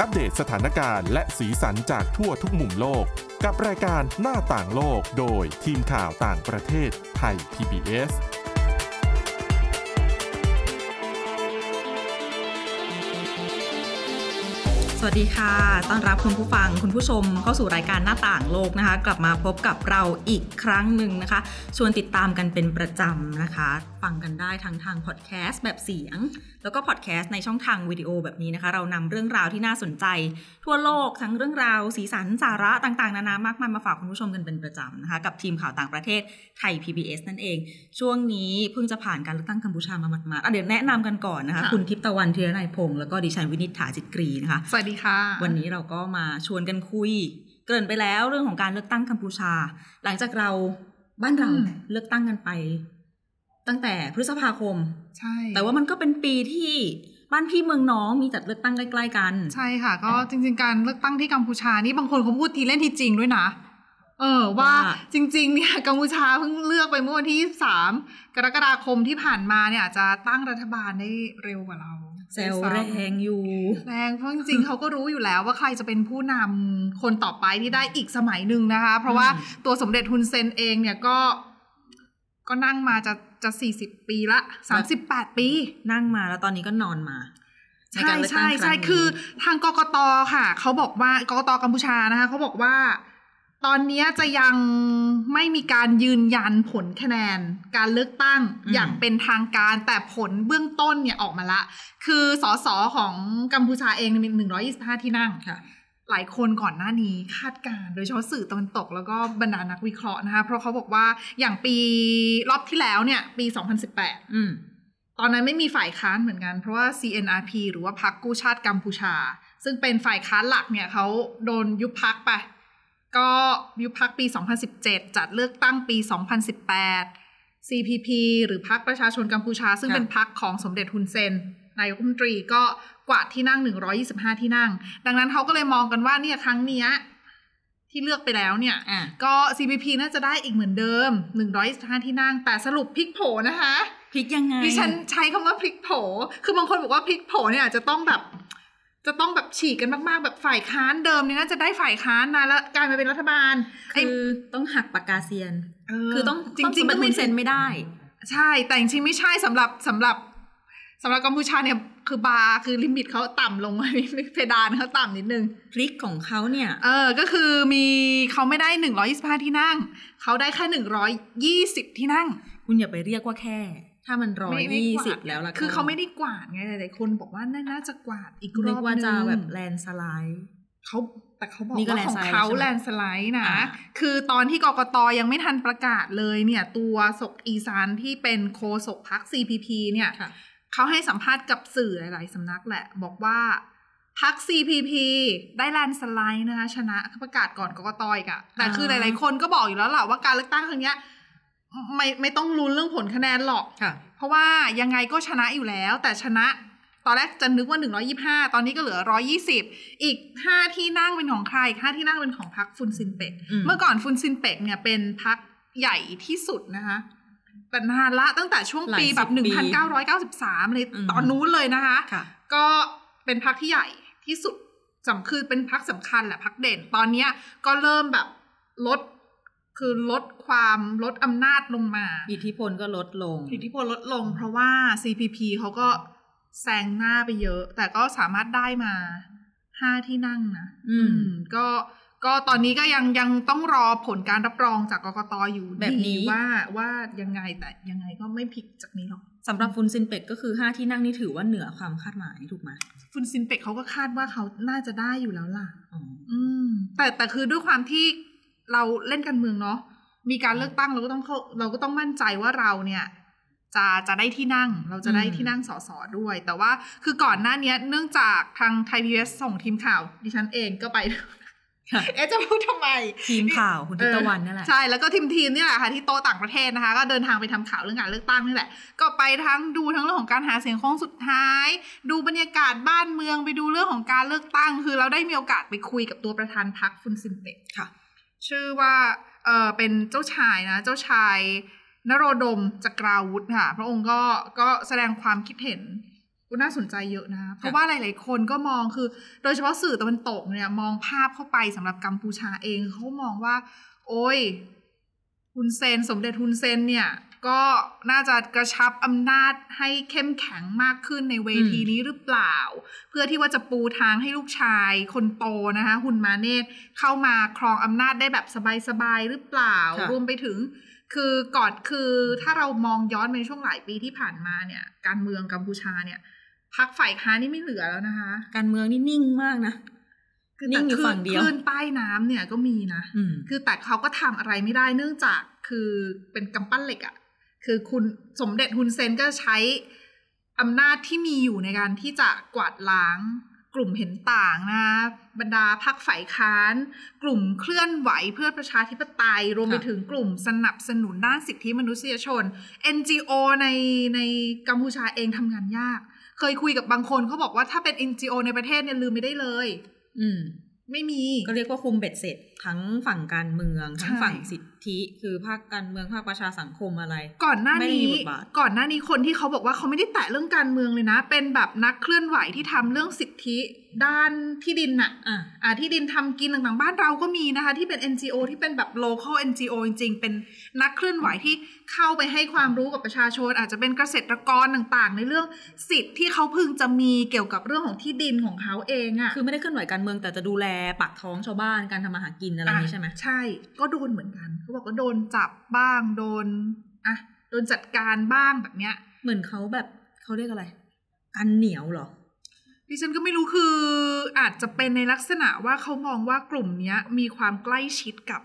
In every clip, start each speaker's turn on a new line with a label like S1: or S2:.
S1: อัปเดตสถานการณ์และสีสันจากทั่วทุกมุมโลก กับรายการหน้าต่างโลกโดยทีมข่าวต่างประเทศไทย PBS
S2: สวัสดีค่ะ ต้อนรับคุณผู้ฟังคุณผู้ชมเข้าสู่รายการหน้าต่างโลกนะคะ กลับมาพบกับเราอีกครั้งหนึ่งนะคะ ชวนติดตามกันเป็นประจำนะคะ ฟังกันได้ทั้งทางพอดแคสต์แบบเสียง แล้วก็พอดแคสต์ในช่องทางวิดีโอแบบนี้นะคะ เรานำเรื่องราวที่น่าสนใจ ทั่วโลกทั้งเรื่องราวสีสันสาระต่างๆ นานามากมายมาฝากคุณผู้ชมกันเป็นประจำนะคะ กับทีมข่าวต่างประเทศไทย PBS นั่นเอง ช่วงนี้เพิ่งจะผ่านการเลือกตั้งกัมพูชามาหมาดๆอ่ะเดี๋ยวแนะนำกันก่อนนะคะ
S3: ค่ะ
S2: คุณทิพย์ตะวันธีรนายพงศ์แล้วก็ดิฉันวินิษฐาจิตกรีนะคะ
S3: สวัสดีค่ะ
S2: วันนี้เราก็มาชวนกันคุย เกริ่นไปแล้วเรื่องของการเลือกตั้งกัมพูชา หลังจากเราบ้านเราเลือกตั้งกันไป ตั้งแต่พฤษภาคม
S3: ใช่
S2: แต่ว่ามันก็เป็นปีที่บ้านพี่เมืองน้องมีจัดเลือกตั้งใกล้ๆกัน
S3: ใช่ค่ะ ก็จริง ๆ การเลือกตั้งที่กัมพูชานี่บางคนเขาพูดทีเล่นทีจริงด้วยนะ เออว่า
S2: ว่า
S3: จริง ๆ เนี่ย กัมพูชาเพิ่งเลือกไปเมื่อวันที่3กรกฎาคมที่ผ่านมาเนี่ยอาจจะตั้งรัฐบาลได้เร็วกว่าเรา
S2: เซลแรงอยู่
S3: แรงเพราะจริง ๆ เขาก็รู้อยู่แล้วว่าใครจะเป็นผู้นำคนต่อไปที่ได้อีกสมัยหนึ่งนะคะ เพราะว่า
S2: อืม
S3: ตัวสมเด็จฮุนเซนเองเนี่ยก็ ก็นั่งมาจะจะ40 ปีละ38 ปี
S2: นั่งมาแล้วตอนนี้ก็นอนมา
S3: ใช่
S2: นการเลือกตั้
S3: ใช่
S2: งรั้งนี้
S3: ใช่คือทางกกตค่ะเขาบอกว่ากกตกัมพูชานะคะเขาบอกว่า ตอนเนี้ยจะยังไม่มีการยืนยันผลคะแนน การเลือกตั้งอย่างเป็นทางการแต่ผลเบื้องต้นเนี่ยออกมาละ คือสสของกัมพูชาเองเนี่ยมี125 ที่นั่ง
S2: ค่ะ
S3: หลายคนก่อนหน้านี้คาดการณ์โดยเฉพาะสื่อตะวันตกแล้วก็บรรดานักวิเคราะห์นะคะเพราะเขาบอกว่าอย่างปีรอบที่แล้วเนี่ยปี 2018
S2: อืม
S3: ตอนนั้นไม่มีฝ่ายค้านเหมือนกัน เพราะว่า CNRP หรือว่าพรรคกู้ชาติกัมพูชา ซึ่งเป็นฝ่ายค้านหลักเนี่ยเขาโดนยุบพักไป ก็ยุบพักปี 2017 จัดเลือกตั้งปี 2018 CPP หรือพรรคประชาชนกัมพูชา ซึ่ง
S2: ค่ะ
S3: เป็นพรรคของสมเด็จฮุนเซนนายกรัฐมนตรีก็กวาดที่นั่ง 125 ที่นั่ง ดังนั้นเขาก็เลยมองกันว่าเนี่ยครั้งเนี้ยที่เลือกไปแล้วเนี่ย
S2: อ่ะ
S3: ก็ CPP น่าจะได้อีกเหมือนเดิม 125 ที่นั่ง แต่สรุปพลิกโผนะคะ
S2: พลิกยังไง
S3: ดิฉันใช้คำว่าพลิกโผ คือบางคนบอกว่าพลิกโผเนี่ยอาจจะต้องแบบ จะต้องแบบฉีกกันมากๆ แบบฝ่ายค้านเดิมเนี่ยน่าจะได้ฝ่ายค้านนะแล้วกลายมาเป็นรัฐบาลไอ้
S2: คือต้องหักปากกาเซียน
S3: เ
S2: คือต้อง
S3: จริงๆ
S2: ต้อส
S3: ก็
S2: มบั
S3: ไม่
S2: ติเซ็นไม่ได้
S3: ใช่ แต่จริงๆไม่ใช่สำหรับสำหรับสำหรับกัมพูชาเนี่ย คือบาร์คือลิมิตเขาต่ำลงมา เพดานเขาต่ำนิดนึง
S2: พลิกของเขาเนี่ย
S3: เออ ก็คือมีเขาไม่ได้ 125 ที่นั่ง เขาได้แค่ 120 ที่นั่ง
S2: คุณอย่าไปเรียกว่าแค่ ถ้ามันร้อย
S3: ไม่ไม่
S2: ยี่
S3: กวาด
S2: สิบแล้วล่ะ
S3: คือเขาไม่ได้กวาดไงหลายๆคนบอกว่าน่าจะกวาดอีกรอบ
S2: นึกว่าจะ
S3: นึง
S2: แบบแลนด์สไลด์
S3: เขาแต่เขาบอก
S2: นี่ก็
S3: ว่าของเขาแลน
S2: landslide
S3: สไลด์นะ
S2: อ่า
S3: คือตอนที่กกตยังไม่ทันประกาศเลยเนี่ย ตัวศกอีสานที่เป็นโคศกพัก CPP เนี่ย
S2: ค่ะ
S3: เขาให้สัมภาษณ์กับสื่อหลาย ๆ สำนักแหละ บอกว่าพัก CPP ได้แลนสไลด์นะคะ ชนะประกาศก่อนกกตอีกอะแต่คือห
S2: อ่า
S3: ลาย ๆ คนก็บอกอยู่แล้วแหละว่าการเลือกตั้งครั้งเนี้ยไม่ไม่ต้องลุ้นเรื่องผลคะแนนหรอก
S2: ค่ะ
S3: เพราะว่ายังไงก็ชนะอยู่แล้ว แต่ชนะตอนแรกจะนึกว่า 125 ตอนนี้ก็เหลือ 120 อีก 5 ที่นั่งเป็นของใครห้าที่นั่งเป็นของพรรคฟุนซินเปก
S2: อืม
S3: เมื่อก่อนฟุนซินเปกเนี่ยเป็นพรรคใหญ่ที่สุดนะคะแต่นานละตั้งแต่ช่วงปี
S2: หลายสิบ
S3: แบบ
S2: ปี
S3: 1993เลย
S2: อืม
S3: ตอนนู้นเลยนะคะ
S2: ค่ะ
S3: ก็เป็นพรรคที่ใหญ่ที่สุดสำคือเป็นพรรคสำคัญแหละพรรคเด่นตอนเนี้ยก็เริ่มแบบลดคือลดความลดอำนาจลงมา
S2: อิทธิพลก็ลดลง
S3: อิทธิพลลดลงเพราะว่า CPP เขาก็แซงหน้าไปเยอะ แต่ก็สามารถได้มาห้าที่นั่งนะ
S2: อืม
S3: ก็ก็ตอนนี้ก็ยังยังต้องรอผลการรับรองจากกกตอยู่
S2: แบบนี้
S3: ดีว่าว่ายังไงแต่ยังไงก็ไม่ผิดจากนี้หรอก
S2: สำหรับฟุนซินเป็ดก็คือห้าที่นั่งนี่ถือว่าเหนือความคาดหมายถูกไหม
S3: ฟุนซินเปกเขาก็คาดว่าเขาน่าจะได้อยู่แล้วล่ะ
S2: อ๋อ
S3: อืม แต่แต่คือด้วยความที่เราเล่นการเมืองเนาะมีการเลือกตั้งเราก็ต้องเข้าเราก็ต้องมั่นใจว่าเราเนี่ย จะจะได้ที่นั่ง เราจะได้
S2: อืม
S3: ที่นั่งสสด้วย แต่ว่าคือก่อนหน้าเนี้ย เนื่องจากทางไทยพีเอสส่งทีมข่าว ดิฉันเองก็ไป
S2: ค่ะ
S3: เอ๊ะจะพูดทำไม
S2: ทีมข่าวคุณทิพย์ตะวันนั่นแหละ
S3: ใช่แล้วก็ทีมทีมนี่แหละค่ะที่โตะต่างประเทศนะคะ ก็เดินทางไปทำข่าวเรื่องการเลือกตั้งนี่แหละ ก็ไปทั้งดูทั้งเรื่องของการหาเสียงโค้งสุดท้าย ดูบรรยากาศบ้านเมืองไปดูเรื่องของการเลือกตั้ง คือเราได้มีโอกาสไปคุยกับตัวประธานพรรคฟุนซินเตะ
S2: ค่ะ
S3: ชื่อว่าเออเป็นเจ้าชายนะ เจ้าชายนโรดมจักราวุธค่ะ พระองค์ก็ก็แสดงความคิดเห็น ก็น่าสนใจเยอะนะคะเพราะว่าหลาย ๆ คนก็มองคือ โดยเฉพาะสื่อตะวันตกเนี่ยมองภาพเข้าไปสำหรับกัมพูชาเองเขามองว่า โอ้ยฮุนเซน สมเด็จฮุนเซนเนี่ย ก็น่าจะกระชับอำนาจให้เข้มแข็งมากขึ้นในเวที
S2: อืม
S3: นี้หรือเปล่า เพื่อที่ว่าจะปูทางให้ลูกชายคนโตนะคะฮุนมาเนตเข้ามาครองอำนาจได้แบบสบาย ๆ หรือเปล่า
S2: ค่ะ
S3: รวมไปถึง คือก่อนคือถ้าเรามองย้อนไปในช่วงหลายปีที่ผ่านมาเนี่ย การเมืองกัมพูชาเนี่ยพักฝ่ายค้านนี่ไม่เหลือแล้วนะคะ
S2: การเมืองนี่นิ่งมากนะ นิ่งอยู่
S3: แต่คลื่
S2: ฝั่งเดียว
S3: คลื่นใต้น้ำเนี่ยก็มีนะ
S2: อืม
S3: คือแต่เขาก็ทำอะไรไม่ได้เนื่องจากคือเป็นกำปั้นเหล็กอะ่ะ คือคุณสมเด็จฮุนเซนก็ใช้อำนาจที่มีอยู่ในการที่จะกวาดล้าง กลุ่มเห็นต่างนะ บรรดาพรรคฝ่ายค้าน กลุ่มเคลื่อนไหวเพื่อประชาธิปไตย รวมไป
S2: ค่ะ
S3: ถึงกลุ่มสนับสนุนด้านสิทธิมนุษยชน NGO ในในกัมพูชาเองทำงานยาก เคยคุยกับบางคนเขาบอกว่าถ้าเป็น NGO ในประเทศเนี่ยลืมไม่ได้เลย
S2: อืม
S3: ไม่มี
S2: ก็เรียกว่าคุมเบ็ดเสร็จทั้งฝั่งการเมือง ทั้ง
S3: ใช่
S2: ฝั่งสิทธิ คือภาคการเมืองภาคประชาสังคมอะไร
S3: ก่อนหน้า
S2: ไม่ได้มี
S3: นี้
S2: บทบาท
S3: ก่อนหน้านี้คนที่เขาบอกว่าเขาไม่ได้แตะเรื่องการเมืองเลยนะ เป็นแบบนักเคลื่อนไหวที่ทำเรื่องสิทธิด้านที่ดินน่ะ
S2: อ่ะ
S3: อ่าที่ดินทำกินต่างๆบ้านเราก็มีนะคะ ที่เป็น NGO ที่เป็นแบบ local NGO จริงๆ เป็นนักเคลื่อนไหวที่เข้าไปให้ความรู้กับประชาชน อาจจะเป็นเกษตรกรต่างๆ ในเรื่องสิทธิ์ที่เขาพึงจะมีเกี่ยวกับเรื่องของที่ดินของเขาเองอ่ะ
S2: คือไม่ได้เคลื่อนไหวการเมืองแต่จะดูแลปากท้องชาวบ้านการทำมาหากินอะไรอย่างนี้ใช่ไหม
S3: ะใช่ ก็โดนเหมือนกันเขาบอกว่าโดนจับบ้างโดนอ่ะโดนจัดการบ้างแบบเนี้ย
S2: เหมือนเขาแบบเขาเรียกอะไร กันเหนียวเหรอ
S3: ดิฉันก็ไม่รู้คืออาจจะเป็นในลักษณะว่าเขามองว่ากลุ่มเนี้ย มีความใกล้ชิดกับ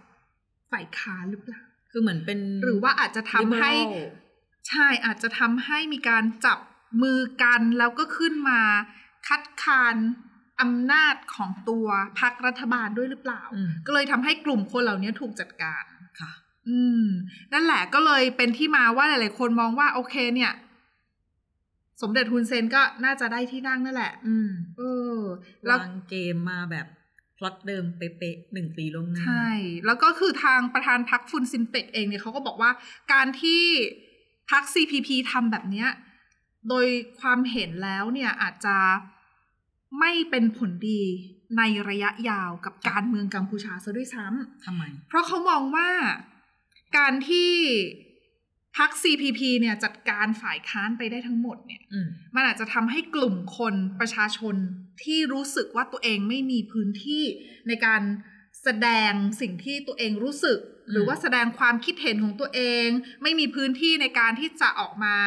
S3: ฝ่ายค้านหรือเปล่า
S2: คือเหมือนเป็น
S3: หรือว่าอาจจะทำให้
S2: liberal
S3: ใช่อาจจะทำให้มีการจับมือกันแล้วก็ขึ้นมาคัดค้านอำนาจของตัวพรรครัฐบาลด้วยหรือเปล่า
S2: อืม
S3: ก็เลยทำให้กลุ่มคนเหล่านี้ถูกจัดการ
S2: ค่ะ
S3: อืม นั่นแหละก็เลยเป็นที่มาว่าหลายๆ คนมองว่าโอเคเนี่ย สมเด็จฮุนเซนก็น่าจะได้ที่นั่งนั่นแหละ
S2: อืม
S3: เออ แล้ว
S2: วางเกมมาแบบพล็อตเดิมเป๊ะๆหนึ่งปีลวงหน้า
S3: ใช่ แล้วก็คือทางประธานพักฟุนซินเปกเองเนี่ยเขาก็บอกว่าการที่พัก CPP ทำแบบเนี้ย โดยความเห็นแล้วเนี่ยอาจจะไม่เป็นผลดีในระยะยาวกับการเมืองกัมพูชาซะด้วยซ้ำ
S2: ทำไม
S3: เพราะเขามองว่าการที่พัก CPP เนี่ยจัดการฝ่ายค้านไปได้ทั้งหมดเนี่ย
S2: อืม
S3: มันอาจจะทำให้กลุ่มคนประชาชนที่รู้สึกว่าตัวเองไม่มีพื้นที่ในการแสดงสิ่งที่ตัวเองรู้สึก
S2: อืม
S3: หรือว่าแสดงความคิดเห็นของตัวเอง ไม่มีพื้นที่ในการที่จะออกมา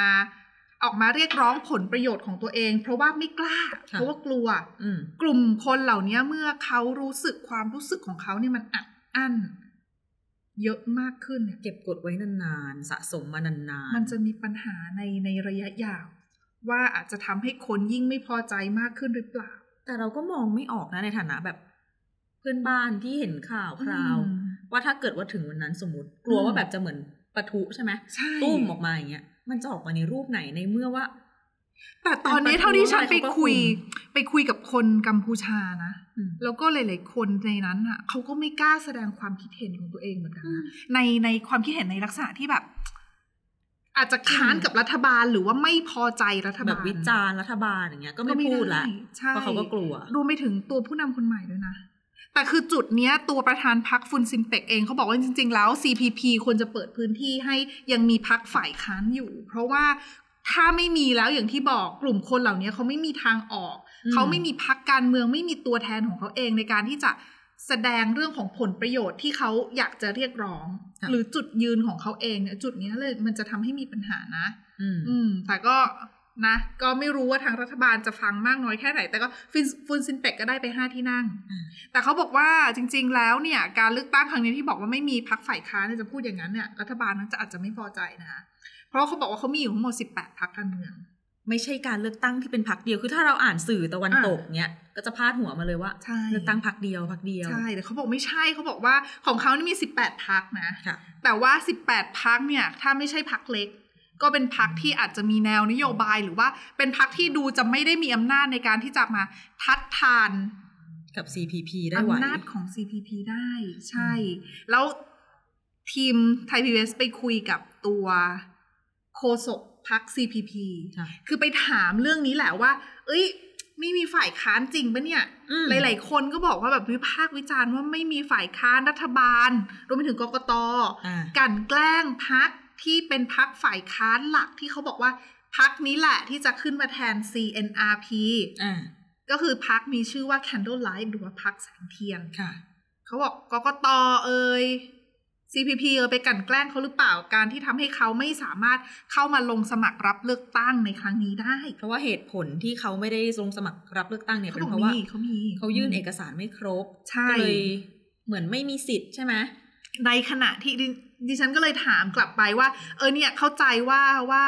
S3: ออกมาเรียกร้องผลประโยชน์ของตัวเอง เพราะว่าไม่กล้า เพราะว่ากลัว
S2: อืม
S3: กลุ่มคนเหล่านี้เมื่อเขารู้สึกความรู้สึกของเขาเนี่ยมันอัดอั้นเยอะมากขึ้นเนี่ย
S2: เก็บกดไว้นานๆ สะสมมานานๆ
S3: มันจะมีปัญหาในในระยะยาว ว่าอาจจะทำให้คนยิ่งไม่พอใจมากขึ้นหรือเปล่า
S2: แต่เราก็มองไม่ออกนะในฐานะแบบ เพื่อนบ้านที่เห็นข่าวคราว
S3: อืม
S2: ว่าถ้าเกิดว่าถึงวันนั้นสมมติ กลัว
S3: อืม
S2: ว่าแบบจะเหมือนปะทุใช่ไหม
S3: ใช่
S2: ตุ้มออกมาอย่างเงี้ย มันจะออกมาในรูปไหนในเมื่อว่า
S3: แต่ตอนนี้เท่าที่ฉันไปคุย
S2: เขาก็คุ
S3: ไปคุยกับคนกัมพูชานะ
S2: อืม
S3: แล้วก็หลาย ๆ คนในนั้นอ่ะเขาก็ไม่กล้าแสดงความคิดเห็นของตัวเองเหมือนกัน
S2: อืม
S3: นะในในความคิดเห็นในลักษณะที่แบบ อาจจะค้าน
S2: อืม
S3: กับรัฐบาลหรือว่าไม่พอใจรัฐบาล
S2: แบบวิจารณ์รัฐบาลอย่างเงี้ย ก็ไม่พูดละ
S3: ใช่
S2: เพราะเขาก็กลัว
S3: รวมไปถึงตัวผู้นำคนใหม่ด้วยนะ แต่คือจุดเนี้ยตัวประธานพักฟุนซินเปกเองเขาบอกว่าจริง ๆ แล้ว CPP ควรจะเปิดพื้นที่ให้ยังมีพักฝ่ายค้านอยู่ เพราะว่าถ้าไม่มีแล้วอย่างที่บอกกลุ่มคนเหล่านี้เขาไม่มีทางออก
S2: อืม
S3: เขาไม่มีพักการเมืองไม่มีตัวแทนของเขาเองในการที่จะแสดงเรื่องของผลประโยชน์ที่เขาอยากจะเรียกร้อง
S2: ค่ะ
S3: หรือจุดยืนของเขาเองเนี่ยจุดเนี้ยเลยมันจะทำให้มีปัญหานะ
S2: อืม
S3: อืม แต่ก็นะ ก็ไม่รู้ว่าทางรัฐบาลจะฟังมากน้อยแค่ไหน แต่ก็ฟินฟุนซินเปกก็ได้ไปห้าที่นั่ง
S2: อืม
S3: แต่เขาบอกว่าจริง ๆ แล้วเนี่ย การเลือกตั้งครั้งนี้ที่บอกว่าไม่มีพักฝ่ายค้านเนี่ยจะพูดอย่างนั้นเนี่ยรัฐบาลนั้นจะอาจจะไม่พอใจนะคะเพราะเขาบอกว่าเขามีอยู่ทั้งหมด 18พักการเมือง
S2: ไม่ใช่การเลือกตั้งที่เป็นพักเดียว คือถ้าเราอ่านสื่อตะวัน
S3: อ่ะ
S2: ตกเนี้ย ก็จะพาดหัวมาเลยว่า
S3: ใช่
S2: เลือกตั้งพักเดียวพักเดียว
S3: ใช่แต่เขาบอกไม่ใช่เขาบอกว่าของเขานี่มี 18พักนะ
S2: ค่ะ
S3: แต่ว่า 18 พักเนี่ย ถ้าไม่ใช่พักเล็ก ก็เป็นพักที่อาจจะมีแนวนโยบายหรือว่าเป็นพักที่ดูจะไม่ได้มีอำนาจในการที่จะมาทัดทาน
S2: กับ CPP ได้ไหว
S3: อำนาจของ CPP ได้ ใช่ แล้วทีมไทยพีเอสไปคุยกับตัวโคศก พัก CPP
S2: ค่ะ
S3: คือไปถามเรื่องนี้แหละว่า เอ้ย ไม่มีฝ่ายค้านจริงปะเนี่ย
S2: อืม
S3: หลาย ๆ คนก็บอกว่าแบบวิพากษ์วิจารณ์ว่าไม่มีฝ่ายค้านรัฐบาล รวมไปถึงกกต
S2: อ่า
S3: กลันแกล้งพักที่เป็นพักฝ่ายค้านหลักที่เขาบอกว่าพักนี้แหละที่จะขึ้นมาแทน CNRP
S2: อ่า
S3: ก็คือพักมีชื่อว่า Candlelight หรือว่าพักแสงเทียน
S2: ค่ะ
S3: เขาบอกกกตเอ่ย CPP เอ่ยไปกลันแกล้งเขาหรือเปล่าการที่ทำให้เขาไม่สามารถเข้ามาลงสมัครรับเลือกตั้งในครั้งนี้ได้
S2: เพราะว่าเหตุผลที่เขาไม่ได้ลงสมัครรับเลือกตั้งเนี่ย
S3: เขา
S2: เป็
S3: บอน ก
S2: เพราะว่า
S3: มีเขามี
S2: เขายื่นเอกสารไม่ครบ
S3: ใช่
S2: ก็เลยเหมือนไม่มีสิทธิ์ใช่ไหม
S3: ในขณะที่ดิดิฉันก็เลยถามกลับไปว่า เออเนี่ยเข้าใจว่าว่า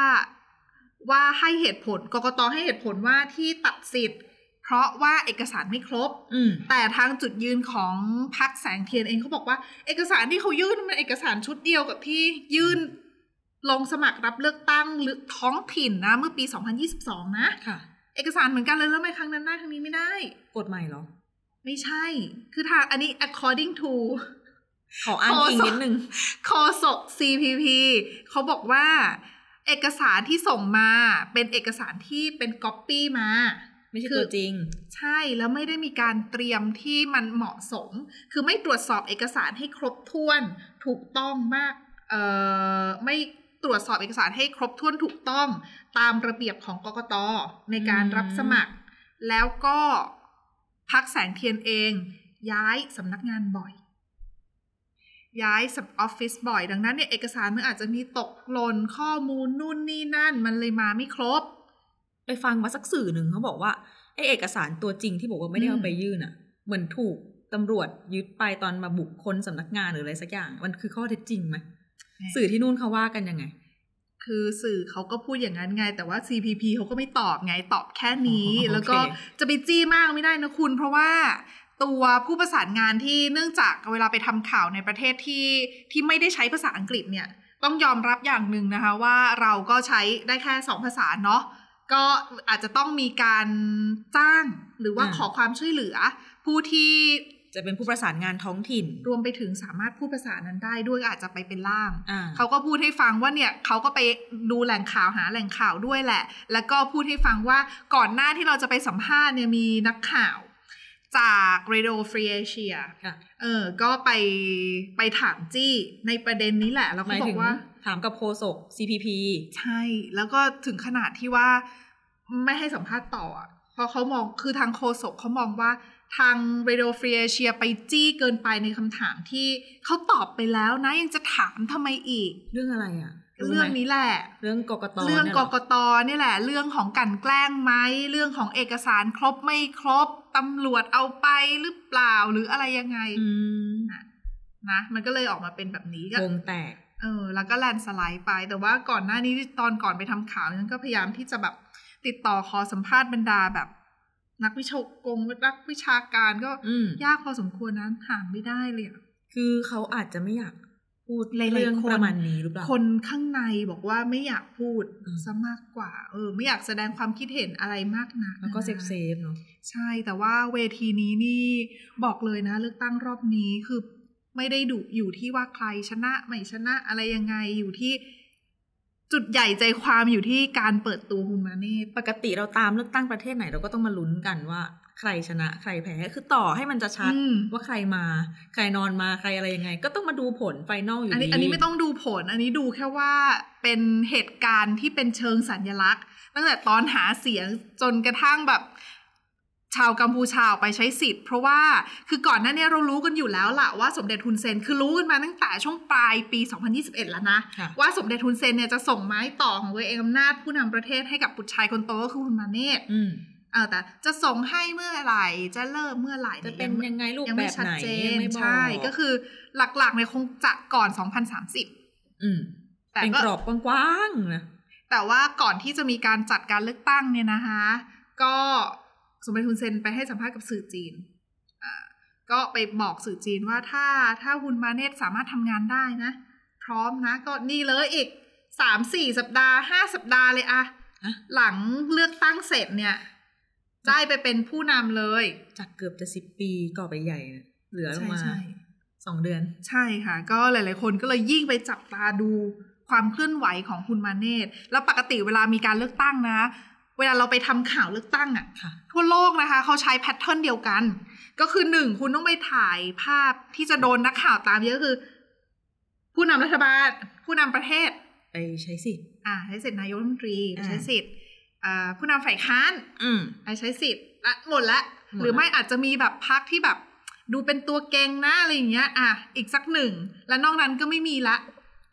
S3: ว่าให้เหตุผลกกตให้เหตุผลว่าที่ตัดสิทธิ์ เพราะว่าเอกสารไม่ครบ
S2: อืม
S3: แต่ทางจุดยืนของพักแสงเทียนเองเขาบอกว่า เอกสารที่เขายื่นมันเอกสารชุดเดียวกับที่ยื่นลงสมัครรับเลือกตั้งหรือท้องถิ่นนะ เมื่อปี 2022 นะ
S2: ค่ะ
S3: เอกสารเหมือนกันเลยแล้วทำไมครั้งนั้นได้ครั้งนี้ไม่ได้
S2: กฎหมายเหรอ
S3: ไม่ใช่ คือทางอันนี้ according to
S2: ขออ้างอิงนิดนึง
S3: โฆษก CPP เขาบอกว่า เอกสารที่ส่งมาเป็นเอกสารที่เป็นก๊อปปี้มา
S2: ไม่ใช่
S3: คือ
S2: ตัวจริง
S3: ใช่แล้วไม่ได้มีการเตรียมที่มันเหมาะสม คือไม่ตรวจสอบเอกสารให้ครบถ้วนถูกต้องมากเอ่อไม่ตรวจสอบเอกสารให้ครบถ้วนถูกต้องตามระเบียบของกกตในการ
S2: อืม
S3: รับสมัคร แล้วก็พักแสงเทียนเอง ย้ายสำนักงานบ่อย ย้ายสับออฟฟิศบ่อย ดังนั้นเนี่ยเอกสารมันอาจจะมีตกหล่นข้อมูลนู่นนี่นั่น มันเลยมาไม่ครบ
S2: ไปฟังมาสักสื่อหนึ่งเขาบอกว่าไอเอกสารตัวจริงที่บอกว่าไม่ได้
S3: อืม
S2: เอาไปยื่นอ่ะ เหมือนถูกตำรวจยึดไปตอนมาบุกคนสำนักงานหรืออะไรสักอย่าง มันคือข้อเท็จจริงไหม สื่อที่นู่นเขาว่ากันยังไง
S3: คือสื่อเขาก็พูดอย่างนั้นไง แต่ว่า CPP เขาก็ไม่ตอบไงตอบแค่นี้
S2: อ๋อโอเค
S3: แล้วก็จะไปจี้มากไม่ได้นะคุณ เพราะว่าตัวผู้ประสานงานที่เนื่องจากเวลาไปทำข่าวในประเทศที่ที่ไม่ได้ใช้ภาษาอังกฤษเนี่ย ต้องยอมรับอย่างหนึ่งนะคะ ว่าเราก็ใช้ได้แค่สองภาษาเนาะก็อาจจะต้องมีการจ้างหรือว่าขอความช่วยเหลือ ผู้ที่
S2: จะเป็นผู้ประสานงานท้องถิ่น
S3: รวมไปถึงสามารถพูดภาษานั้นได้ด้วยอาจจะไปเป็นล่าม
S2: อ่า
S3: เขาก็พูดให้ฟังว่าเนี่ยเขาก็ไปดูแหล่งข่าวหาแหล่งข่าวด้วยแหละ แล้วก็พูดให้ฟังว่าก่อนหน้าที่เราจะไปสัมภาษณ์เนี่ยมีนักข่าว จาก Radio Free Asia
S2: ค่ะ
S3: เออ ก็ไปไปถามจี้ในประเด็นนี้แหละ แล้ว
S2: ห
S3: เขา
S2: มาย
S3: บอ
S2: ถึง
S3: กว่า
S2: ถามกับโฆษก CPP
S3: ใช่ แล้วก็ถึงขนาดที่ว่าไม่ให้สัมภาษณ์ต่ออะเพราะเขามองคือทางโฆษกเขามองว่าทาง Radio Free Asia ไปจี้เกินไปในคำถามที่เขาตอบไปแล้วนะยังจะถามทำไมอีก
S2: เรื่องอะไรอ่ะไหม
S3: เรื่องนี้แหละ
S2: เรื่องกกต
S3: เรื่อง
S2: นี่ยห
S3: กกตเนี่ยแหละ เรื่องของกลันแกล้งไหมเรื่องของเอกสารครบไม่ครบตำรวจเอาไปหรือเปล่าหรืออะไรยังไง
S2: อืม
S3: นะมันก็เลยออกมาเป็นแบบนี้ก็
S2: วงแตก
S3: เออ แล้วก็แลนด์สไลด์ไป แต่ว่าก่อนหน้านี้ตอนก่อนไปทำข่าวนั้นก็พยายามที่จะแบบติดต่อขอสัมภาษณ์บรรดาแบบ นักวิชากงนักวิชาการก็
S2: อืม
S3: ยากพอสมควรนะหาไม่ได้เลยอะ
S2: คือเขาอาจจะไม่อยากพูด
S3: หลายๆ
S2: เรื่อง
S3: คน
S2: ประมาณนี้หรือเปล่า
S3: คนข้างในบอกว่าไม่อยากพูด
S2: อืม
S3: ซะมากกว่า เออ ไม่อยากแสดงความคิดเห็นอะไรมากนัก
S2: แล้วก็เซฟเซฟ
S3: นะคะ
S2: ๆเนาะ
S3: ใช่แต่ว่าเวทีนี้นี่บอกเลยนะ เลือกตั้งรอบนี้คือไม่ได้ดุอยู่ที่ว่าใครชนะไม่ชนะอะไรยังไงอยู่ที่จุดใหญ่ใจความอยู่ที่การเปิดตัวคุณมาเนต
S2: ปกติเราตามเลือกตั้งประเทศไหนเราก็ต้องมาลุ้นกันว่า ใครชนะใครแพ้คือต่อให้มันจะชัด
S3: อืม
S2: ว่าใครมา ใครนอนมาใครอะไรยังไง ก็ต้องมาดูผลไฟนอลอยู่
S3: อันนี้
S2: ดี
S3: อันนี้ไม่ต้องดูผล อันนี้ดูแค่ว่าเป็นเหตุการณ์ที่เป็นเชิงสัญลักษณ์ ตั้งแต่ตอนหาเสียงจนกระทั่งแบบ ชาวกัมพูชาออกไปใช้สิทธิ์ เพราะว่าคือก่อนหน้าเนี้เรารู้กันอยู่แล้วล่ะว่าสมเด็จทุนเซนคือรู้กันมาตั้งแต่ช่วงปลายปี 2021 แล้วนะ
S2: ค่ะ
S3: ว่าสมเด็จทุนเซนเนี่ยจะส่งไม้ต่อของตัวเองอำนาจผู้นำประเทศให้กับบุตรชายคนโตก็คือคุณมาเนต
S2: อืม
S3: เออแต่จะส่งให้เมื่อไหร่จะเริ่มเมื่อไหร่
S2: จะเป็นยังไงรูป
S3: ยัง
S2: แบ
S3: ไม่
S2: บ
S3: ชัด
S2: ไหน
S3: เจ
S2: ยั
S3: น
S2: งไม่บอก
S3: ใช่ก็คือหลักๆเนี่ยคงจะก่อน 2030
S2: อืม
S3: แต่
S2: เป็น
S3: ก็
S2: กรอบกว้างๆนะ
S3: แต่ว่าก่อนที่จะมีการจัดการเลือกตั้งเนี่ยนะคะ ก็สมเด็จทุนเซนไปให้สัมภาษณ์กับสื่อจีนอ่าก็ไปบอกสื่อจีนว่าถ้าถ้าคุณมาเนตสามารถทำงานได้นะ พร้อมนะก็นี่เลยอีกสามสี่สัปดาห์ห้าสัปดาห์เลยอะ
S2: อะ
S3: หลังเลือกตั้งเสร็จเนี่ย ได้ไปเป็นผู้นำเลย
S2: จากเกือบจะสิบปีก่อไปใหญ่นะเหลือลงมา
S3: ใช่
S2: สองเดือน
S3: ใช่ค่ะ ก็หลาย ๆ คนก็เลยยิ่งไปจับตาดู ความเคลื่อนไหวของคุณมาเนตแล้วปกติเวลามีการเลือกตั้งนะ เวลาเราไปทำข่าวเลือกตั้งอะ
S2: ค่ะ
S3: ทั่วโลกนะคะ เขาใช้แพทเทิร์นเดียวกัน ก็คือหนึ่งคุณต้องไปถ่ายภาพที่จะโดนนักข่าวตามเยอะคือ ผู้นำรัฐบาล ผู้นำประเทศ
S2: ไปใช้สิทธิ์
S3: อ่าใช้สิทธินายกรัฐมนตรี
S2: อ่า
S3: ใช้สิทธิ์อ่าผู้นำฝ่ายค้าน
S2: อืม
S3: อ่าใช้สิทธิ์ละหมดละ
S2: หมดละ
S3: หรือไม่อาจจะมีแบบพักที่แบบ ดูเป็นตัวเก่งนะอะไรอย่างเงี้ย อ่ะอีกสักหนึ่ง แล้วนอกนั้นก็ไม่มีละ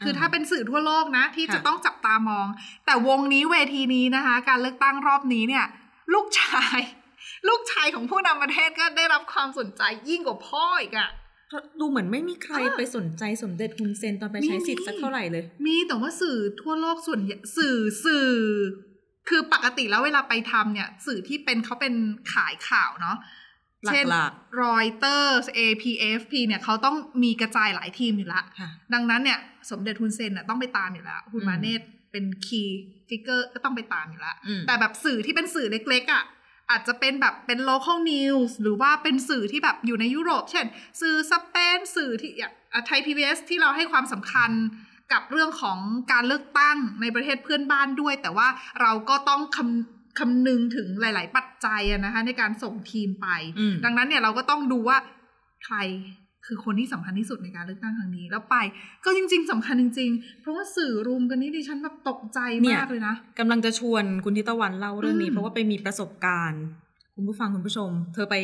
S3: คือถ้าเป็นสื่อทั่วโลกนะ ที่จะต้องจับตามอง แต่วงนี้เวทีนี้นะคะ การเลือกตั้งรอบนี้เนี่ย ลูกชาย ลูกชายของผู้นำประเทศก็ได้รับความสนใจยิ่งกว่าพ่ออีกอะ่ะ
S2: ดูเหมือนไม่มีใคร
S3: เออ
S2: ไปสนใจสมเด็จฮุนเซนตอนไปใช้
S3: ไม่มี
S2: สิทธิ์สักเท่าไหร่เลย
S3: มีแต่ว่าสื่อทั่วโลกส่วนใหญ่สื่อสื่อ คือปกติแล้วเวลาไปทำเนี่ย สื่อที่เป็นเขาเป็นขายข่าวเนาะ
S2: หล
S3: เช่นั
S2: ก
S3: รอยเตอร์ APFP เนี่ยเขาต้องมีกระจายหลายทีมอยู่ละ
S2: ๆค่ะ
S3: ดังนั้นเนี่ย สมเด็จฮุนเซนน่ะต้องไปตามอยู่แล้วฮุน
S2: อืม
S3: มาเนตเป็นคีย์ฟิกเกอร์ก็ต้องไปตามอยู่แล้ว
S2: อืม
S3: แต่แบบสื่อที่เป็นสื่อเล็กๆอะ่ะอาจจะเป็นแบบเป็น local news หรือว่าเป็นสื่อที่แบบอยู่ในยุโรป เช่น สื่อสเปนสื่อที่ไทยพีบีที่เราให้ความสำคัญกับเรื่องของการเลือกตั้งในประเทศเพื่อนบ้านด้วย แต่ว่าเราก็ต้องคำคำนึงถึงหลาย ๆ ปัจจัยอะนะคะในการส่งทีมไป
S2: อืม
S3: ดังนั้นเนี่ยเราก็ต้องดูว่าใครคือคนที่สำคัญที่สุดในการเลือกตั้งครั้งนี้ แล้วไปก็จริง ๆสำคัญจริง ๆ เพราะว่าสื่อรุมกันนี่ดิฉันแบบตกใจมากเลยนะ
S2: กำลังจะชวนคุณทิตวันเล่าเรื่องนี้
S3: อืม
S2: เพราะว่าไปมีประสบการณ์ คุณผู้ฟังคุณผู้ชม เธอไป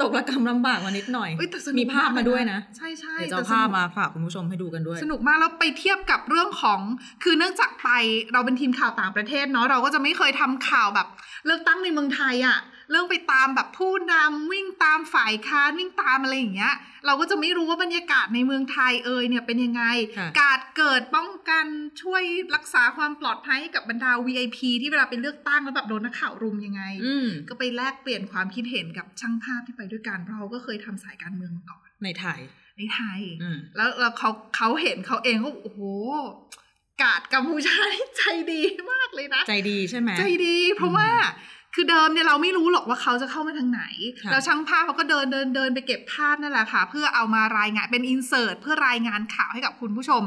S2: ตกระกรรมลำบากมานิดหน่อย
S3: เอ้ยแต่สนุก
S2: มีภาพมาด้วยนะ
S3: ใช่ใช่
S2: เดี๋ยวจะ
S3: แต่
S2: เอา
S3: ส
S2: ภาพ
S3: นุก
S2: มาฝากคุณผู้ชมให้ดูกันด้วย
S3: สนุกมากแล้วไปเทียบกับเรื่องของคือเนื่องจากไปเราเป็นทีมข่าวต่างประเทศเนาะเราก็จะไม่เคยทำข่าวแบบ เลือกตั้งในเมืองไทยอะเรื่องไปตามแบบผู้นำวิ่งตามฝ่ายค้านวิ่งตามอะไรอย่างเงี้ย เราก็จะไม่รู้ว่าบรรยากาศในเมืองไทยเอยเนี่ยเป็นยังไง
S2: ค่ะ
S3: กาดเกิดป้องกันช่วยรักษาความปลอดภัยให้กับบรรดา VIP ที่เวลาไปเลือกตั้งแล้วแบบโดนนักข่าวรุมยังไง
S2: อืม
S3: ก็ไปแลกเปลี่ยนความคิดเห็นกับช่างภาพที่ไปด้วยกันเพราะเราก็เคยทำสายการเมืองมาก่อน
S2: ในไทย
S3: ในไทย
S2: อืม
S3: แล้วแล้วเขาเขาเห็นเขาเองก็โอ้โห กาดกัมพูชานี่ใจดีมากเลยนะ
S2: ใจดีใช่ไหม
S3: ใจดี เพราะว่าคือเดิมเนี่ยเราไม่รู้หรอกว่าเขาจะเข้ามาทางไหน
S2: ค่ะ
S3: แล้วช่างภาพเขาก็เดินเดินเดินไปเก็บภาพนั่นแหละค่ะ เพื่อเอามารายงานเป็นอินเสิร์ตเพื่อรายงานข่าวให้กับคุณผู้ชม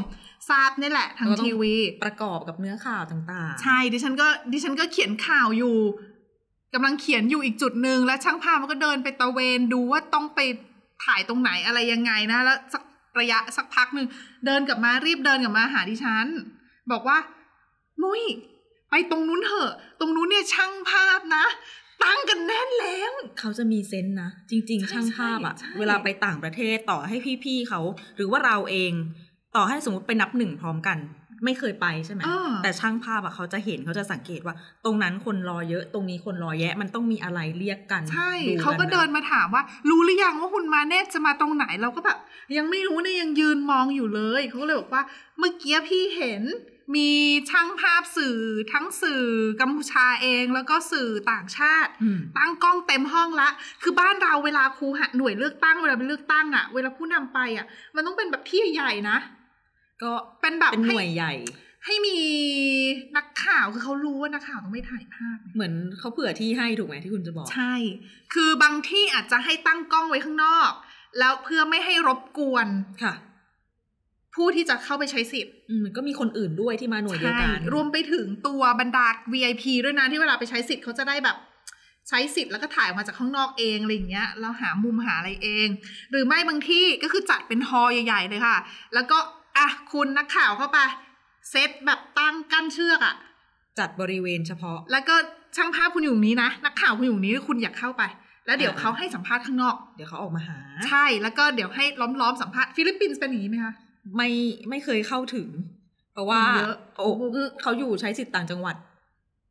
S3: ทราบนี่แหละทางทีวี
S2: ประกอบกับเนื้อข่าวต่างๆ
S3: ใช่ดิฉันก็ดิฉันก็เขียนข่าวอยู่กำลังเขียนอยู่อีกจุดหนึ่งแล้วช่างภาพมันก็เดินไปตะเวนดูว่าต้องไปถ่ายตรงไหนอะไรยังไงนะ แล้วสักระยะสักพักหนึ่งเดินกลับมารีบเดินกลับมาหาดิฉัน บอกว่า มุ้ยไปตรงนู้นเถอะ ตรงนู้นเนี่ยช่างภาพนะ ตั้งกันแน่นแล้ว
S2: เขาจะมีเซนส์นะ จริงๆ
S3: ใช่
S2: ช่างภาพอะ
S3: ใช่ใช่
S2: เวลาไปต่างประเทศต่อให้พี่ๆเขาหรือว่าเราเอง ต่อให้สมมติไปนับหนึ่งพร้อมกัน ไม่เคยไปใช่ไหม
S3: เออ
S2: แต่ช่างภาพอะเขาจะเห็นเขาจะสังเกตว่า ตรงนั้นคนรอเยอะตรงนี้คนรอแยะ มันต้องมีอะไรเรียกกัน
S3: ใช่
S2: น
S3: เขาก็เดินมาถามว่า รู้หรือยังว่าคุณมาเนตจะมาตรงไหนเราก็แบบยังไม่รู้เนี่ยยังยืนมองอยู่เลยเขาก็เลยบอกว่า เมื่อกี้พี่เห็นมีช่างภาพสื่อทั้งสื่อกัมพูชาเองแล้วก็สื่อต่างชาติ
S2: อืม
S3: ตั้งกล้องเต็มห้องละ คือบ้านเราเวลาครูหาหน่วยเลือกตั้งเวลาไปเลือกตั้งอะเวลาผู้นำไปอะมันต้องเป็นแบบที่ใหญ่ๆนะ
S2: ก็
S3: เป็นแบบ
S2: เป็นหน่วย
S3: ให้
S2: ใหญ่
S3: ให้มีนักข่าวคือเขารู้ว่านักข่าวต้องไม่ถ่ายภาพ
S2: เหมือนเขาเผื่อที่ให้ถูกไหมที่คุณจะบอก
S3: ใช่ คือบางที่อาจจะให้ตั้งกล้องไว้ข้างนอก แล้วเพื่อไม่ให้รบกวน
S2: ค่ะ
S3: ผู้ที่จะเข้าไปใช้สิทธิ์
S2: อืมมันก็มีคนอื่นด้วยที่มาหน่วยเดียว
S3: ใช่
S2: กัน
S3: รวมไปถึงตัวบรรดา VIP ด้วยนะที่เวลาไปใช้สิทธิ์เขาจะได้แบบใช้สิทธิ์แล้วก็ถ่ายออกมาจากข้างนอกเองอะไรอย่างเงี้ยแล้วหามุมหาอะไรเอง หรือไม่บางที่ก็คือจัดเป็นฮอลล์ใหญ่ๆเลยค่ะ แล้วก็อ่ะคุณนักข่าวเข้าไปเซตแบบตั้งกั้นเชือกอะ
S2: จัดบริเวณเฉพาะ
S3: แล้วก็ช่างภาพคุณอยู่ตรงนี้นะนักข่าวคุณอยู่ตรงนี้คุณอยากเข้าไป แล้วเดี๋ยวเขาให้สัมภาษณ์ข้างนอก
S2: เดี๋ยวเขาออกมาหา
S3: ใช่ แล้วก็เดี๋ยวให้ล้อมๆสัมภาษณ์ฟิลิปปินส์เป็นอย่างนี้ไหมคะ
S2: ไม่ไม่เคยเข้าถึง เพราะว่า
S3: คนเยอะ
S2: โอ้เขาอยู่ใช้สิทธิ์ต่างจังหวัด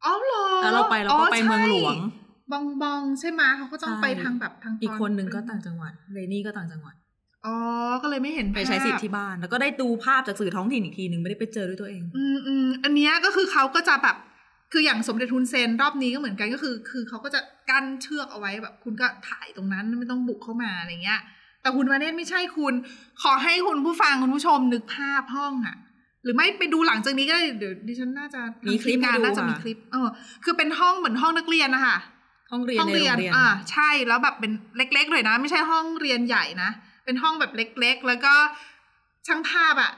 S3: อ๋อเหรอ
S2: แล้วเราไปเราก็ไปเมืองหลวง
S3: ใช่บองบองใช่ไหมเขาก็ต้อง
S2: ใช่
S3: ไปทางแบบทางต
S2: อีกคนหนึ่งก็ต่างจังหวัดเรนนี่ก็ต่างจังหวัด
S3: อ๋อ ก็เลยไม่เห็น
S2: ไปใช้สิทธิ์
S3: ภาพ
S2: ที่บ้าน แล้วก็ได้ดูภาพจากสื่อท้องถิ่นอีกทีหนึ่งไม่ได้ไปเจอด้วยตัวเอง
S3: อืมอืมอันเนี้ยก็คือเขาก็จะแบบ คืออย่างสมเด็จทุนเซนรอบนี้ก็เหมือนกันก็คือ คือเขาก็จะกั้นเชือกเอาไว้แบบ คุณก็ถ่ายตรงนั้นไม่ต้องบุกเข้ามาอะไรเงี้ย แต่คุณวาเนตไม่ใช่คุณ ขอให้คุณผู้ฟังคุณผู้ชมนึกภาพห้องอะหรือไม่ไปดูหลังจากนี้ก็ได้เดี๋ยวดิฉันน่าจะ
S2: มีคลิป
S3: งาน
S2: ให้ดู
S3: น่าจะมี
S2: ค่ะ
S3: คลิป เออ คือเป็นห้องเหมือนห้องนักเรียนนะคะ
S2: ห้องเรียน
S3: ห้อง
S2: ใน
S3: เรี
S2: โร
S3: ยน
S2: งเรียน
S3: อ่า ใช่ แล้วแบบเป็นเล็กๆเลยนะ ไม่ใช่ห้องเรียนใหญ่นะ เป็นห้องแบบเล็กๆ แล้วก็ช่างภาพอะ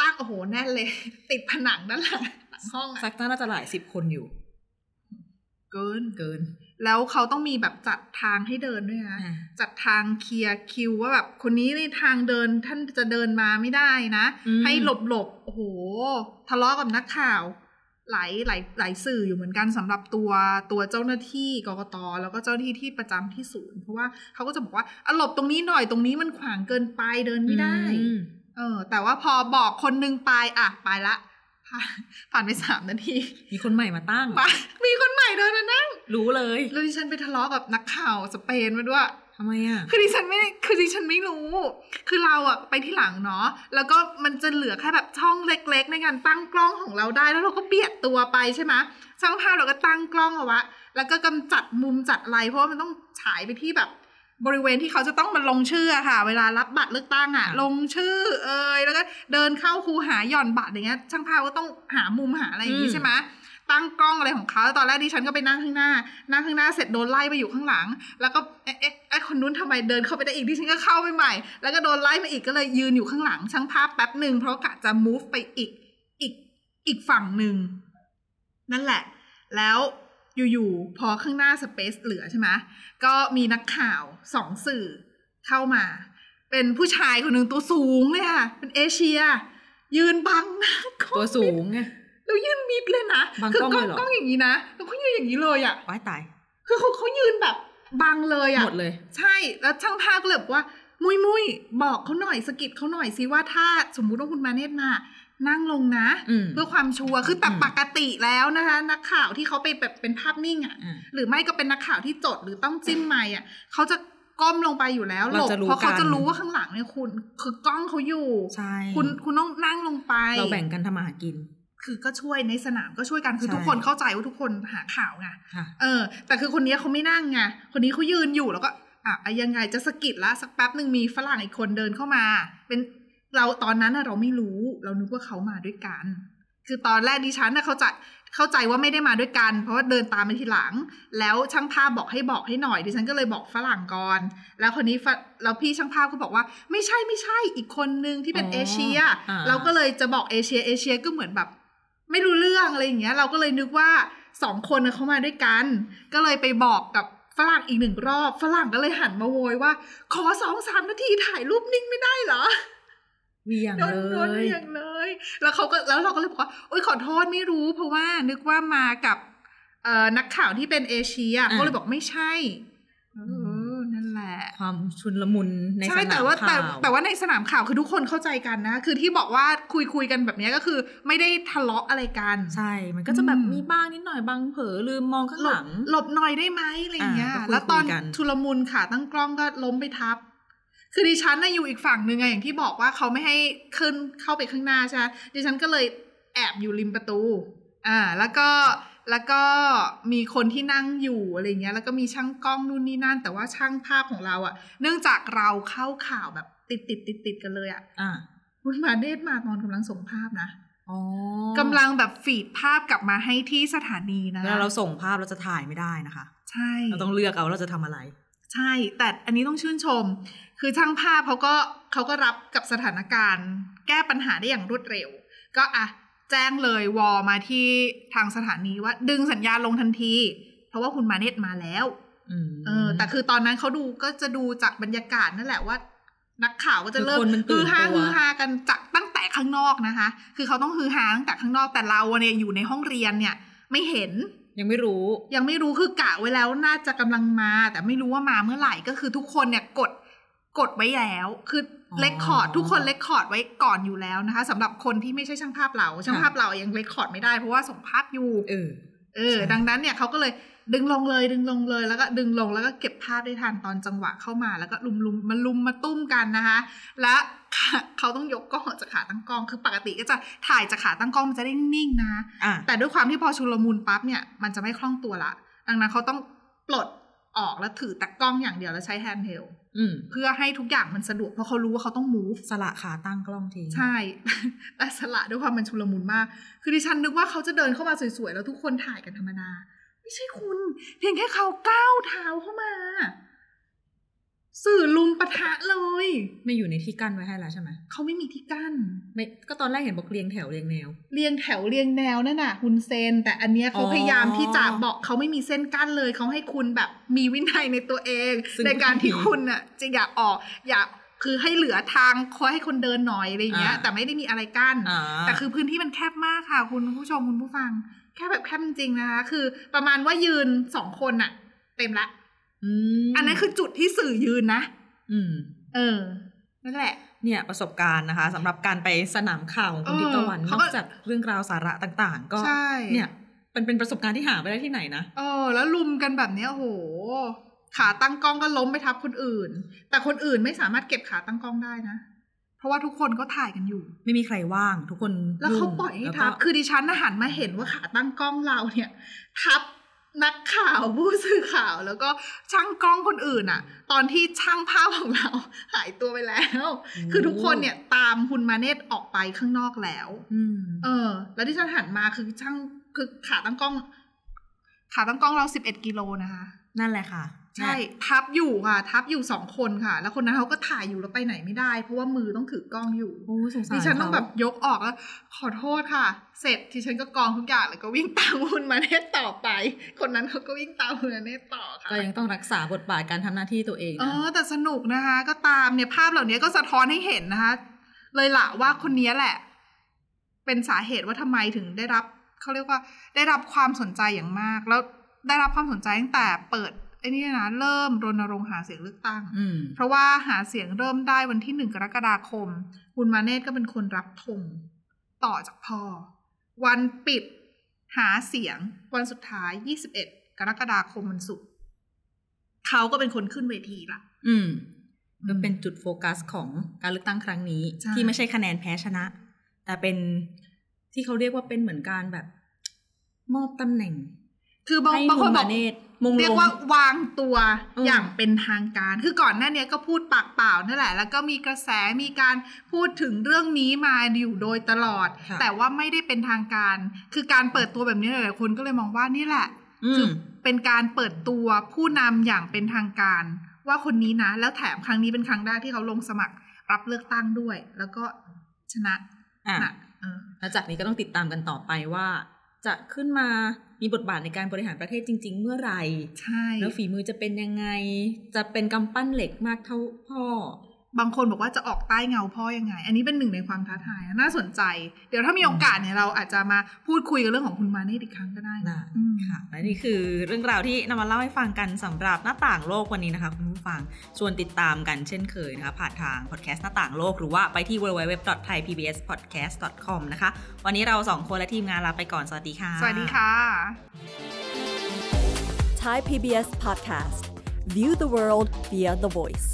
S3: ตั้งโอ้โหแน่นเลย ติดผนังด้านหลังหลังห้องอะ
S2: ซักน่าจะหลายสิบคนอยู่
S3: เกิน
S2: เกิน
S3: แล้วเขาต้องมีแบบจัดทางให้เดินด้วยนะ
S2: อ่ะ
S3: จัดทางเคลียร์คิวว่าแบบคนนี้ในทางเดินท่านจะเดินมาไม่ได้นะ
S2: อืม
S3: ให้หลบหลบๆโอ้โห ทะเลาะกับนักข่าว หลายหลายหลายสื่ออยู่เหมือนกันสำหรับตัวตัวเจ้าหน้าที่กกตแล้วก็เจ้าหน้าที่ที่ประจำที่ศูนย์เพราะว่าเขาก็จะบอกว่าอะหลบตรงนี้หน่อยตรงนี้มันขวางเกินไปเดินไม่ได้
S2: อืม
S3: เออ แต่ว่าพอบอกคนนึงไปอ่ะไปละ ผ่านผ่านไปสามนาที
S2: มีคนใหม่มาตั้ง
S3: ไปมีคนใหม่เดินมานั่ง
S2: รู้เลย
S3: แล้วดิฉันไปทะเลาะกับนักข่าวสเปนมาด้วย
S2: ทำไมอ่ะ
S3: คือดิฉันไม่ได้คือดิฉันไม่รู้ คือเราอะไปที่หลังเนาะ แล้วก็มันจะเหลือแค่แบบช่องเล็กๆ ในการตั้งกล้องของเราได้ แล้วเราก็เบียดตัวไปใช่ไหมช่างภาพเราก็ตั้งกล้องเอาไวะ แล้วก็กำจัดมุมจัดอะไร เพราะว่ามันต้องฉายไปที่แบบบริเวณที่เขาจะต้องมาลงชื่ออะค่ะ เวลารับบัตรเลือกตั้งอะ
S2: ค่ะ
S3: ลงชื่อเอ่ย แล้วก็เดินเข้าคูหาหย่อนบัตรอย่างเงี้ย ช่างภาพก็ต้องหามุมหาอะไรอย่างงี้ใช่ไหม ตั้งกล้องอะไรของเขาตอนแรกดิฉันก็ไปนั่งข้างหน้า นั่งข้างหน้าเสร็จโดนไล่ไปอยู่ข้างหลัง แล้วก็เอ๊ะเอ๊ะไอ้คนนู้นทำไมเดินเข้าไปได้อีกดิฉันก็เข้าไปใหม่ แล้วก็โดนไล่มาอีกก็เลยยืนอยู่ข้างหลังช่างภาพแป๊บหนึ่งเพราะกะจะ move ไปอีกอีกอีกฝั่งหนึ่งนั่นแหละ แล้วอยู่ๆพอข้างหน้าสเปซเหลือใช่ไหมก็มีนักข่าวสองสื่อเข้ามา เป็นผู้ชายคนหนึ่งตัวสูงเลยค่ะเป็นเอเชีย ยืนบังหน้ากล้อง
S2: ตัวสูงไง
S3: แล้วยืนมิดเลยนะ
S2: บัง
S3: คื
S2: กล้อง
S3: กล้อ
S2: เลยเห
S3: ง
S2: รอ
S3: กล้องอย่างนี้นะ แล้วเขายืนอย่างนี้เลยอะ่ะ
S2: ว้ายตาย
S3: คือเขาเขายืนแบบบังเลย
S2: หม
S3: อะ่ะ
S2: ดเลย
S3: ใช่ แล้วช่างภาพก็เลยบอกว่า มุยมุยบอกเขาหน่อยสะกิดเขาหน่อยสิว่าถ้าสมมุติว่าคุณมาเนตรมานั่งลงนะ
S2: อืม
S3: เพื่อความชัวร์ คือแต่
S2: อืม
S3: ปกติแล้วนะคะ นักข่าวที่เขาไปแบบเป็นภาพนิ่งอะ่ะ
S2: อ่ะ
S3: หรือไม่ก็เป็นนักข่าวที่จดหรือต้องจิ้มไมค์อ่ะ เขาจะก้มลงไปอยู่แล้วหล
S2: เรา
S3: บ
S2: จะรู้
S3: เพราะเขา
S2: กัน
S3: จะรู้ว่าข้างหลังเนี่ยคุณ คือกล้องเขาอยู่
S2: ใช่
S3: คุณคุณต้องนั่งลงไป
S2: เราแบ่งกันทำมาหากิน
S3: คือก็ช่วยในสนามก็ช่วยกันคือ
S2: ใช่
S3: ทุกคนเข้าใจว่าทุกคนหาข่าวไง
S2: ค่ะ
S3: เออ แต่คือคนนี้เขาไม่นั่งไงคนนี้เขายืนอยู่แล้วก็อ่ะอ่ะยังไงจะสะกิดละสักแป๊บหนึ่งมีฝรั่งอีกคนเดินเข้ามา เป็นเราตอนนั้นน่ะเราไม่รู้ เรานึกว่าเขามาด้วยกัน คือตอนแรกดิฉันน่ะเข้าใจเข้าใจว่าไม่ได้มาด้วยกัน เพราะว่าเดินตามไปทีหลัง แล้วช่างภาพบอกให้บอกให้หน่อยดิฉันก็เลยบอกฝรั่งก่อน แล้วคนนี้ฝแล้วพี่ช่างภาพก็บอกว่า ไม่ใช่ไม่ใช่อีกคนนึงที่เป็น
S2: อ๋อ
S3: เอเชีย
S2: อ่า
S3: เราก็เลยจะบอกเอเชียเอเชียก็เหมือนแบบ ไม่รู้เรื่องอะไรอย่างเงี้ย เราก็เลยนึกว่าสองคนน่ะเขามาด้วยกัน ก็เลยไปบอกกับฝรั่งอีกหนึ่งรอบฝรั่งก็เลยหันมาโวยว่า ขอสองสามนาทีถ่ายรูปนิ่งไม่ได้เหรอ
S2: เหวียง
S3: โดน
S2: เล
S3: โดน
S2: ย
S3: เรียงเลย แล้วเขาก็แล้วเราก็เลยบอกว่าโอ๊ยขอโทษไม่รู้ เพราะว่านึกว่ามากับเอ่อนักข่าวที่เป็นเอเชีย
S2: อ่ะ
S3: เขาเลยบอกไม่ใช่เออ
S2: ม
S3: อนั่นแหละ
S2: ความชุนละมุนในส
S3: ใช่
S2: นาม
S3: แต่ว่าแต่
S2: ข่าว
S3: แต่ว่าในสนามข่าวคือทุกคนเข้าใจกันนะ คือที่บอกว่าคุยคุยกันแบบเนี้ยก็คือไม่ได้ทะเลาะอะไรกัน
S2: ใช่ มันก็จะแบบ
S3: อืม
S2: มีบ้างนิดหน่อยบางเผลอลืมมองข้าง
S3: หล
S2: ห
S3: บ
S2: ลัง
S3: หลบหน่อยได้ไหมอะไรอย่างเงี้ย
S2: อ่าก็คุย
S3: แล้วตอน
S2: คุยกัน
S3: ชุลมุนค่ะตั้งกล้องก็ล้มไปทับ คือดิฉันน่ะอยู่อีกฝั่งหนึ่งไงอย่างที่บอกว่าเขาไม่ให้ขึ้นเข้าไปข้างหน้าใช่ไหมดิฉันก็เลยแอบอยู่ริมประตู อ่า แล้วก็แล้วก็มีคนที่นั่งอยู่อะไรอย่างเงี้ย แล้วก็มีช่างกล้องนู่นนี่นั่น แต่ว่าช่างภาพของเราอะ่ะ เนื่องจากเราเข้าข่าวแบบติดติดติดติดๆกันเลยอะ่ะ
S2: อ่ะ
S3: คุณมาเดชมาตอนกำลังส่งภาพนะ
S2: อ๋อก
S3: ำลังแบบฟีดภาพกลับมาให้ที่สถานีนะ
S2: เวลาเราส่งภาพเราจะถ่ายไม่ได้นะคะ
S3: ใช่
S2: เราต้องเลือกเอาว่าเราจะทำอะไร
S3: ใช่ แต่อันนี้ต้องชื่นชม คือช่างภาพเขาก็เขาก็รับกับสถานการณ์ แก้ปัญหาได้อย่างรวดเร็ว ก็อ่ะแจ้งเลยวอมาที่ทางสถานีว่า ดึงสัญญาณลงทันที เพราะว่าคุณมาเนตมาแล้ว
S2: อืม
S3: เออ แต่คือตอนนั้นเขาดูก็จะดูจากบรรยากาศนั่นแหละว่า นักข่าวก็จะ
S2: คือ
S3: เริ่ม
S2: คนมัน
S3: ฮื
S2: ตื่น
S3: อฮา
S2: ตัว
S3: ฮือฮากันจากตั้งแต่ข้างนอกนะคะ คือเขาต้องฮือฮาตั้งแต่ข้างนอกแต่เราเนี่ยอยู่ในห้องเรียนเนี่ย ไม่เห็น
S2: ยังไม่รู้
S3: ยังไม่รู้คือกะไว้แล้วน่าจะกำลังมา แต่ไม่รู้ว่ามาเมื่อไหร่ก็คือทุกคนเนี่ยกดกดไว้แล้ว คือ
S2: อ๋อ
S3: เลคคอร์ดทุกคนเลคคอร์ดไว้ก่อนอยู่แล้วนะคะสำหรับคนที่ไม่ใช่ช่างภาพเราช่าง
S2: ค่ะ
S3: ภาพเรายังเลคคอร์ดไม่ได้เพราะว่าส่งภาพอยู่
S2: เออ
S3: เออ
S2: ใช่
S3: ดังนั้นเนี่ยเขาก็เลยดึงลงเลยดึงลงเลยแล้วก็ดึงลงแล้วก็เก็บภาพได้ทันตอนจังหวะเข้ามาแล้วก็ลุมลุมมาลุมมาตุ้มกันนะคะ และค่ะ เขาต้องยกกล้องออกจากขาตั้งกล้องคือปกติก็จะถ่ายจากขาตั้งกล้องมันจะได้นิ่งนะคะ
S2: อ่ะ
S3: แต่ด้วยความที่พอชุลมุนปั๊บเนี่ยมันจะไม่คล่องตัวละ ดังนั้นเขาต้องปลดออกแล้วถือแต่กล้องอย่างเดียวแล้วใช้แฮนด์เฮล
S2: อืม
S3: เพื่อให้ทุกอย่างมันสะดวกเพราะเขารู้ว่าเขาต้อง move
S2: สละขาตั้งกล้องที
S3: ใช่ แต่สละด้วยความมันชุลมุนมาก คือดิฉันนึกว่าเขาจะเดินเข้ามาสวยๆ แล้วทุกคนถ่ายกันธรรมดา ไม่ใช่คุณ เพียงแค่เขาก้าวเท้าเข้ามา สื่อลุม ปะทะเลย
S2: ไม่อยู่ในที่กั้นไว้ให้แล้วใช่ไหม
S3: เขาไม่มีที่กั้น
S2: ไม่ก็ตอนแรกเห็นบอกเรียงแถวเรียงแนว
S3: เรียงแถวเรียงแนวนั่นน่ะคุณเซน แต่อันเนี้ยเขา
S2: อ๋อ
S3: พยายามที่จะบอกเขาไม่มีเส้นกั้นเลย เขาให้คุณแบบมีวินัยในตัวเอง
S2: ซึ่ง
S3: ในการที่คุณอ่ะจะอย่าออกอย่าคือให้เหลือทางคอยให้คนเดินหน่อยอะไรอย่างเงี้ย แต่ไม่ได้มีอะไรกั้น
S2: อ่า
S3: แต่คือพื้นที่มันแคบมากค่ะ คุณผู้ชมคุณผู้ฟัง แคบแบบแคบจริงๆนะคะ คือประมาณว่ายืนสองคนน่ะ เต็มละ
S2: ม
S3: อันนั้นคือจุดที่สื่อยืนนะ
S2: อืม
S3: เออ นั่นแหละ
S2: เนี่ยประสบการณ์นะคะสำหรับการไปสนามข่าวของคุณ
S3: เออ
S2: ทิพย์ตะวันน
S3: เขา
S2: อ
S3: ก็
S2: กจากเรื่องราวสาระต่างๆ ก็
S3: ใช่
S2: เนี่ยมันเป็นประสบการณ์ที่หาไม่ได้ที่ไหนนะ
S3: เออ แล้วลุมกันแบบเนี้ยโอ้โห ขาตั้งกล้องก็ล้มไปทับคนอื่น แต่คนอื่นไม่สามารถเก็บขาตั้งกล้องได้นะ เพราะว่าทุกคนก็ถ่ายกันอยู่
S2: ไม่มีใครว่าง ทุกคน
S3: แล้วเขา
S2: ง
S3: ปล่อยให้
S2: แล้วก็
S3: ทับ คือดิฉันน่ะหันมาเห็นว่าขาตั้งกล้องเราเนี่ย ทับนักข่าวผู้สื่อข่าวแล้วก็ช่างกล้องคนอื่นอะตอนที่ช่างภาพของเรา หายตัวไปแล้ว คือทุกคนเนี่ยตามคุณมาเนตออกไปข้างนอกแล้ว
S2: อืม
S3: เออ แล้วที่ฉันหันมาคือช่างคือขาตั้งกล้อง ขาตั้งกล้องเราสิบเอ็ดกิโลนะคะ
S2: นั่นแหละค่ะ
S3: ใช่ ทับอยู่ค่ะ ทับอยู่สองคนค่ะ แล้วคนนั้นเขาก็ถ่ายอยู่แล้วไปไหนไม่ได้ เพราะว่ามือต้องถือกล้องอยู่
S2: โอ้สงสาร
S3: ดิฉันต้องแบบ
S2: เขา
S3: ยกออกแล้ว ขอโทษค่ะ เสร็จดิฉันก็กองทุกอย่างแล้วก็วิ่งตามคุณมาเนตต่อไป คนนั้นเขาก็วิ่งตามคุณมาเนตต่อค่ะ
S2: ก็ยังต้องรักษาบทบาทการทำหน้าที่ตัวเอง
S3: เอ
S2: นะ
S3: อแต่สนุกนะคะ ก็ตามเนี่ยภาพเหล่านี้ก็สะท้อนให้เห็นนะคะ เลยละว่าคนนี้แหละ เป็นสาเหตุว่าทำไมถึงได้รับเขาเรียกว่าได้รับความสนใจอย่างมาก แล้วได้รับความสนใจตั้งแต่เปิดไอ้นี่นะเริ่มรณรงค์หาเสียงเลือกตั้ง
S2: อืม
S3: เพราะว่าหาเสียงเริ่มได้วันที่หนึ่งกรกฎาคม คุณมาเนตก็เป็นคนรับธงต่อจากพ่อ วันปิดหาเสียง วันสุดท้าย 21 กรกฎาคมวันศุกร์เขาก็เป็นคนขึ้นเวทีละ
S2: อืมก็เป็นจุดโฟกัสของการเลือกตั้งครั้งนี้
S3: ใช่
S2: ที่ไม่ใช่คะแนนแพ้ชนะ แต่เป็นที่เขาเรียกว่าเป็นเหมือนการแบบ มอบตำแหน่ง
S3: คือบาง
S2: ให้
S3: บางคน
S2: มุ
S3: บอก
S2: มมาเนตรมงลง
S3: เรียกว่าวางตัว
S2: อืม
S3: อย่างเป็นทางการ คือก่อนหน้าเนี้ยก็พูดปากเปล่านั่นแหละ แล้วก็มีกระแสมีการพูดถึงเรื่องนี้มาอยู่โดยตลอด
S2: ค่ะ
S3: แต่ว่าไม่ได้เป็นทางการ คือการเปิดตัวแบบนี้หลายๆคนก็เลยมองว่านี่แหละ
S2: ม
S3: คือเป็นการเปิดตัวผู้นำอย่างเป็นทางการ ว่าคนนี้นะ แล้วแถมครั้งนี้เป็นครั้งแรกที่เขาลงสมัครรับเลือกตั้งด้วย แล้วก็ชนะ
S2: อ่ะ
S3: นะเออ
S2: แล้วจากนี้ก็ต้องติดตามกันต่อไปว่า จะขึ้นมามีบทบาทในการบริหารประเทศจริง ๆ เมื่อไหร่
S3: ใช่
S2: แล้วฝีมือจะเป็นยังไง จะเป็นกำปั้นเหล็กมากเท่าพ่อ
S3: บางคนบอกว่าจะออกใต้เงาพ่อยังไง อันนี้เป็นหนึ่งในความท้าทายนะน่าสนใจ เดี๋ยวถ้ามีโอกาสเนี่ยเราอาจจะมาพูดคุยกันเรื่องของคุณมาเนตอีกครั้งก็ได้
S2: ได้
S3: นะอืม
S2: ค่ะและนี่คือเรื่องราวที่นำมาเล่าให้ฟังกันสำหรับหน้าต่างโลกวันนี้นะคะคุณผู้ฟังชวนติดตามกันเช่นเคยนะคะผ่านทางพอดแคสต์หน้าต่างโลกหรือว่าไปที่ www.thaipbspodcast.com นะคะวันนี้เราสองคนและทีมงานลาไปก่อนสวัสดีค่ะ
S3: สวัสดีค่ะ
S4: Thai PBS podcast. View the world via the voice.